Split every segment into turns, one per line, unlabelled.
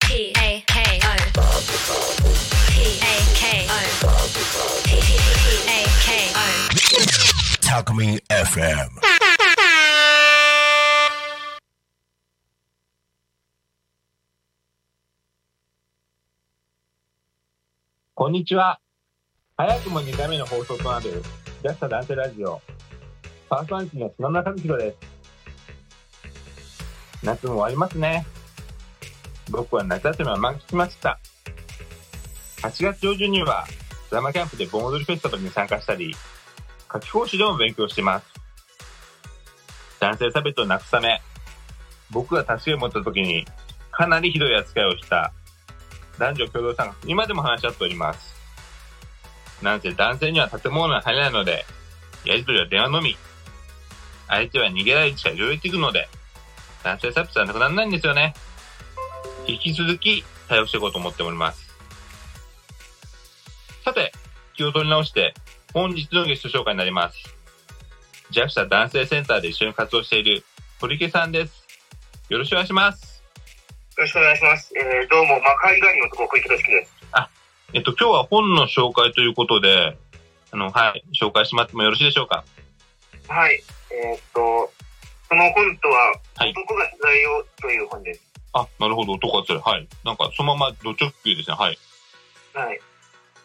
P A K O. P A K O. P A K O.
Talk FM.
こんにちは。早くも2回目の放送となる、ジャスタ男性ラジオ。パーソナリティの砂村和弘です。夏も終わりますね。僕は夏休みを満喫しました。8月上旬には、ザマキャンプで盆踊りフェスタとかに参加したり、夏季講習でも勉強してます。男性差別をなくすため、僕が助けを持った時に、かなりひどい扱いをした男女共同参画、今でも話し合っております。なんせ男性には建物に入れないので、やりとりは電話のみ。相手は逃げられてしか寄れていくので、男性差別はなくならないんですよね。引き続き対応していこうと思っております。さて、気を取り直して、本日のゲスト紹介になります。JAXA 男性センターで一緒に活動している堀池さんです。よろしくお願いします。
よろしくお願いします。えー、どうも、魔界狩りのとこ、小池俊樹です。
えっと、今日は本の紹介ということで、あの、はい、紹介してもらってもよろしいでしょうか。
はい。えーっと、その本とは、
はい
男が取材をという本です。
あ、なるほど、男はつらい。はい。なんか、そのまま、ド直球ですね。はい。
はい。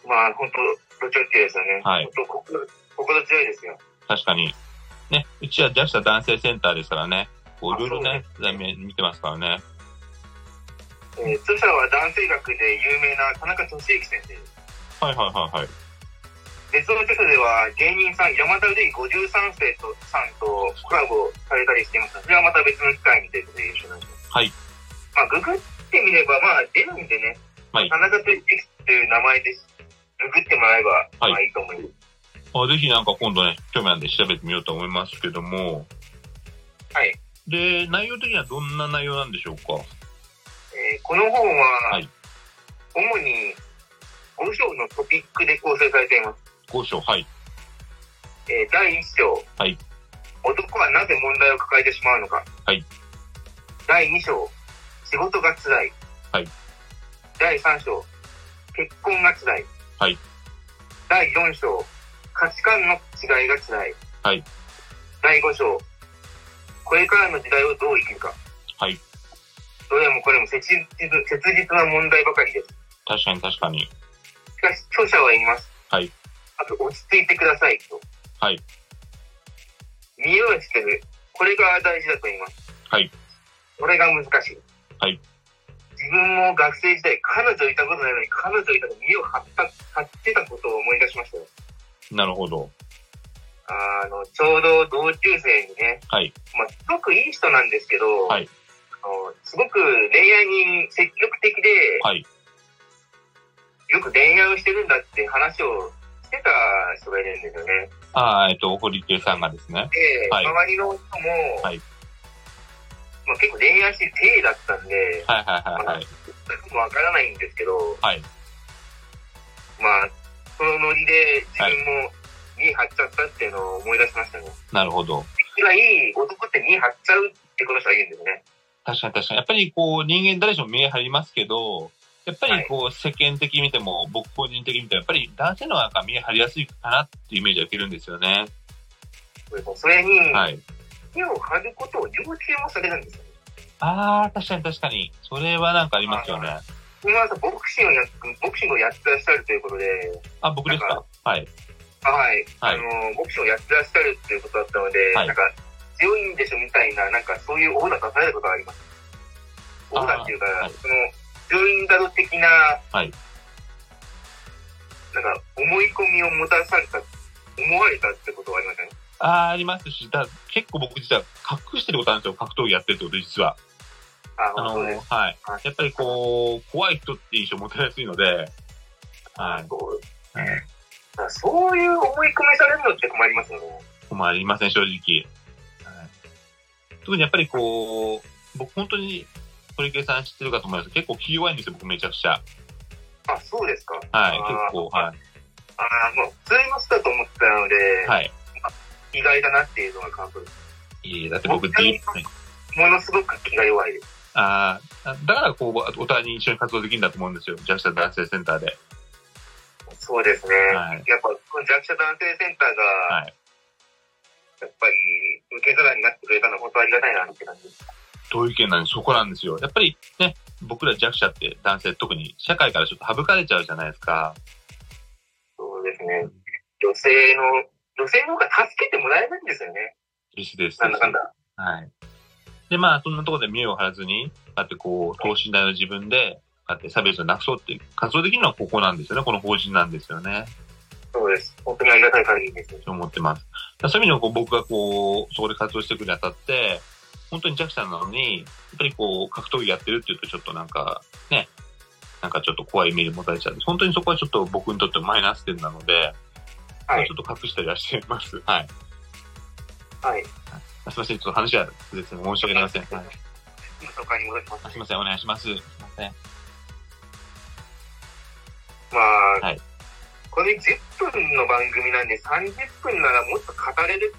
まあ、本当どちらってですよね。
はい
本当心、心強いですよ。
確かに。ね、うちは JAXA 男性センターですからね。こう、い
あ
ろいろね、
そうです
見見てますからね。
えー、著者は男性学で有名な田中俊之先生です。
はいはいはいはい。
別の著書では、芸人さん、山田瑠五53世と、さんとコラボされたりしていますが。それはまた別の機会にということでよろしくお願いします。
はい。
まあ、ググってみれば、まあ、出るんでね。
はい
田中俊之という名前です。ググってもらえば、
はい
まあいいと思います。
あぜひなんか今度ね、興味あるんで調べてみようと思いますけども。
はい。
で、内容的にはどんな内容なんでしょうか
えーこの本は、
はい
主に5章のトピックで構成されています。
?5 章、はい。
えー第1章、
はい
男はなぜ問題を抱えてしまうのか。
はい
第2章、仕事が辛い。
はい
第3章、結婚が辛い。
はい
第4章、価値観の違いが辛い。
はい
第5章、これからの時代をどう生きるか。
はい。
どれもこれも切実切実な問題ばかりです。
確かに確かに。
しかし、著者は言います。
はい。
あと、落ち着いてくださいと。
はい。
見ようしてる。これが大事だと言います。
はい。
これが難しい。
はい。
自分も学生時代、彼女いたことないのに、彼女いたと身を張った、張ってたことを思い出しましたよ。
なるほど。
あの、ちょうど同級生にね、
はい。
まあ、すごくいい人なんですけど、
はい
あのすごく恋愛に積極的で、
はい。
よく恋愛をしてるんだって話をしてた人がいるんですよね。
あーえっと、堀池さんがですね。
で、
はい
周りの人も、
はい
まあ、結構恋愛してる体だったんで、
はいはいはいはい。
わからないんですけど、
はい
まあ、そのノリで自分も2張っちゃったっていうのを思い出しましたね。
なるほど。
いくらいい男って2張っちゃうってこの人が言うんですね。
確かに確かに。やっぱりこう、人間誰しも見え張りますけど、やっぱりこう、世間的に見ても、僕個人的に見ても、やっぱり男性の方が見え張りやすいかなっていうイメージは受けるんですよね。
それに、
はい。
手を張ることを要求もされるんですよ。
ああ、確かに確かに。それはなんかありますよね。
今ボクシングをやっボクシングをやってらっしゃるということで、
あ、僕です
なん
かはい。
はい。
はい
あの、ボクシングをやってらっしゃるっていうことだったので、
はい
なんか、強いんでしょみたいな、なんかそういうオーダー出されることがあります。
あー
オーダーっていうか、
はい
その、強いんだろ的な、
はい
なんか、思い込みを持たされた、思われたってことはありません
ああ、ありますし、だ結構僕実は隠してることなんですよ。格闘技やってるってこと、実は。
あ
あ
ー、
の
そうで
ー、
す。
はい
はい。
やっぱりこう、怖い人って印象持たれやすいので、はい。
そう
はい
だからそういう思い込みされるのって困りますよね。
困りません、正直。特にやっぱりこう、僕本当に堀池さん知ってるかと思いますけど、結構気弱いんですよ、僕めちゃくちゃ。
あ、そうですか。
はい、
あー
結構、は
ああ、もう、普通の人だと思ってたので、
い。はい。
意外だなっていうのが感想です。
いえいえだって僕、
僕
D、
ものすごく気が弱いです。
あーだからこう、お互いに一緒に活動できるんだと思うんですよ。弱者男性センターで。
そうですね。
はい
やっぱ、この弱者男性センターが、
はい。
やっぱり、受け皿になってくれたのは本当ありがたいなって感じです。
どういう意見なんでそこなんですよ。やっぱりね、僕ら弱者って男性、特に社会からちょっと省かれちゃうじゃないですか。
そうですね。女性の、女性の方が助けてもらえるんですよね。
ですです。
なんだかんだ。
はい。で、まあ、そんなところで見栄を張らずに、こうやってこう、等身大の自分で、こうやって差別をなくそうっていう活動できるのはここなんですよね。この法人なんですよね。
そうです。本当にありがたい限りです。
と思ってます。だからそういう意味でもこう僕がこう、そこで活動していくにあたって、本当に弱者なのに、やっぱりこう、格闘技やってるっていうとちょっとなんか、ね、なんかちょっと怖いイメージ持たれちゃうんで、本当にそこはちょっと僕にとってマイナス点なので、
はい
ちょっと隠したりはしてます。はい。
はい。
すいません、ちょっと話はですね、申し訳ありません。はい
今、紹介に戻します
あ。すいません、お願いします。すいません。
まあ、
はい
これ10分の番組なんで30分ならもっと語れる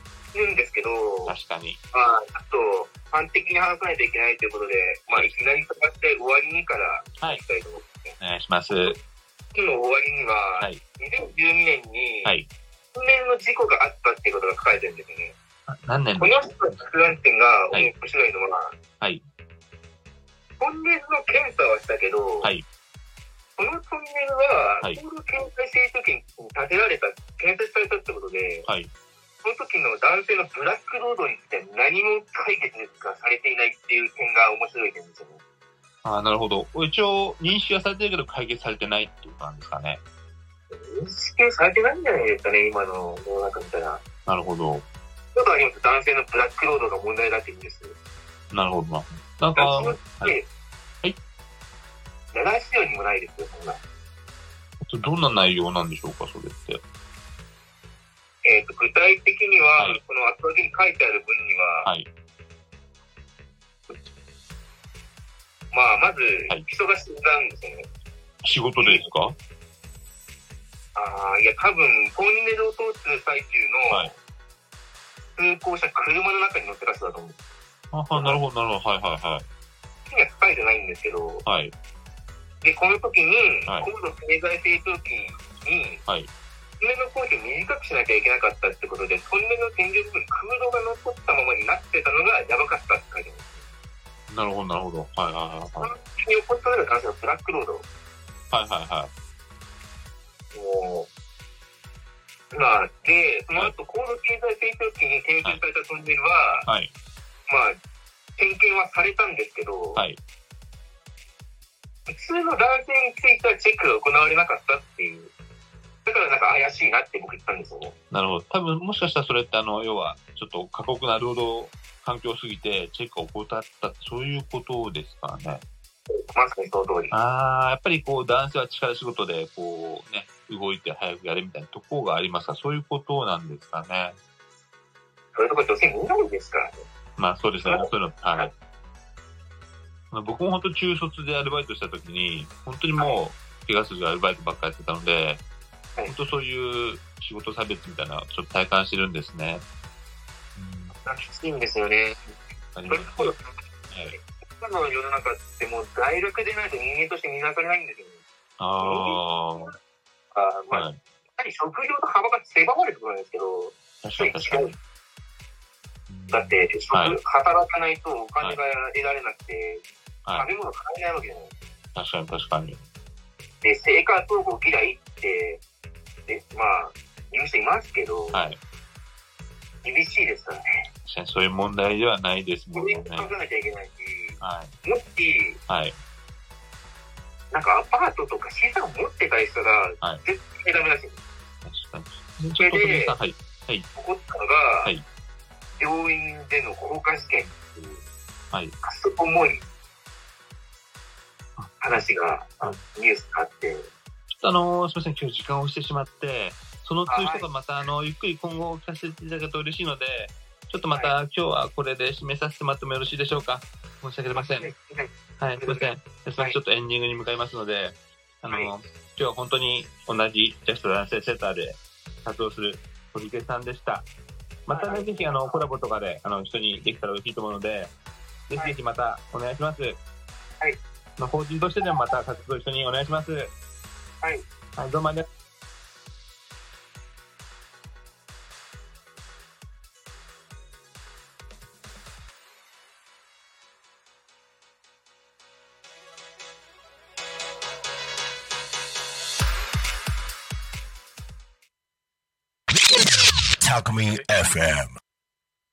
んですけど、ま
確かに。
あ、ちょっと端的に話さないといけないということで、まあ、いきなりとかって終わりにから
はい
いき。たいと思います。
お願いします。
今の終わりには、
はい
2012年に、
はい。
運命の事故があったっていうことが書かれてるんですよね。
あ何年
この人の着眼点が
はい
面白いのは、
はい
トンネルの検査はしたけど、
はい
このトンネルは、
はい
ちょうど検査している時に建てられた、建設されたってことで、
はい。
その時の男性のブラックロードについて何も解決がされていないっていう点が面白い点ですよね。
あなるほど。一応、認識はされてるけど、解決されてないっていうことなんですかね。
認識されてないんじゃないですかね、今の世の中見たら。
なるほど。
ちょっとあります男性のブラックロードが問題だって言うんですよ。
なるほどな。なん
あ
か
そ
は
う、
いはい
やらしようにもないですよ、そんな。
どんな内容なんでしょうか、それって。
えーと具体的には、
はい
この後書きに書いてある分には、
はい。
まあ、まず
はい、
人が死んだんですよね。
仕事でですか
ああ、いや、多分、トンネルを通ってる最中
はい
の、通行した車の中に乗ってた人だと思う。
ああ、なるほど、なるほど。はいは
には書いてないんですけど、
いはい。はい。
で、この時に、
はい
高度経済成長期に、
はい
トンネルの工事を短くしなきゃいけなかったってことで、トンネルの天井部分に空洞が残ったままになってたのがやばかったって書いてます。
なるほど、なるほど。はいはいはい。
急に起こったのが男性のブラックロード。
はいはいはい。
もう、まあ、で、その後、高度経済成長期に建設されたトンネルは、
はい。
まあ、点検はされたんですけど、
はい
普通の男性についてはチェックが行われなかったっていう。だからなんか怪しいなって僕言ったんですよね。
なるほど。多分、もしかしたらそれって、あの、要は、ちょっと過酷な労働環境すぎて、チェックを怠った、そういうことですかね。
まさにその通り。
ああ、やっぱりこう、男性は力仕事で、こう、ね、動いて早くやれみたいなとこがありますから、そういうことなんですかね。
そういうとこ女性みんな多いですからね。
まあそうですね
はい、
そういうの、はい。まあ僕も本当中卒でアルバイトした時に、本当にもう、怪我するアルバイトばっかりやってたので、
はい
本当そういう仕事差別みたいなのをちょっと体感してるんですね。
きついんですよね。
あり
そ
ま
れ
す
こそ、
はい
今の世の中ってもう大学でないと人間として磨かれないんですよね。
あー
あーまあ、
はい。
やはり職業の幅が狭まるってことなんですけど、
確かに確かに。
だって、職
はい
働かないとお金が得られなくて、
はい
食べ物買えないわけじゃない。
確かに確かに。
で、生活保護嫌いって、でまあ、言う人いますけど、
はい。
厳しいですからね。
確かにそういう問題ではないですも
こ
ん
れ
ね
を。書かなきゃいけないし、
はい。
もし、
はい。
なんかアパートとか資産を持ってた人
は
が
い、
絶対ダメらしいんです。
確かに。ちょっと、藤井さん、はい。
起こったのが、
はい
病院での交換試験っていう、
はい
くそ重い話が、あのニュースにあって、
ちょっとあのーすみません、今日時間を押してしまって、そのツイートがまた、あのゆっくり今後聞かせていただけると嬉しいので、ちょっとまた、今日はこれで締めさせてもらってもよろしいでしょうか。申し訳ありません。
はい
はい、すみません。すみません、ちょっとエンディングに向かいますので、あのー
は
今日は本当に同じジャスト男性センターで活動する堀池さんでした。また
は
ね、
い。
ぜひあのコラボとかであの一緒にできたら嬉しいと思うので、ぜひぜひまたお願いします。はい。まあ、法人としてでもまた活動一緒にお願いします。はいい、どうもありがとう
タクミ FM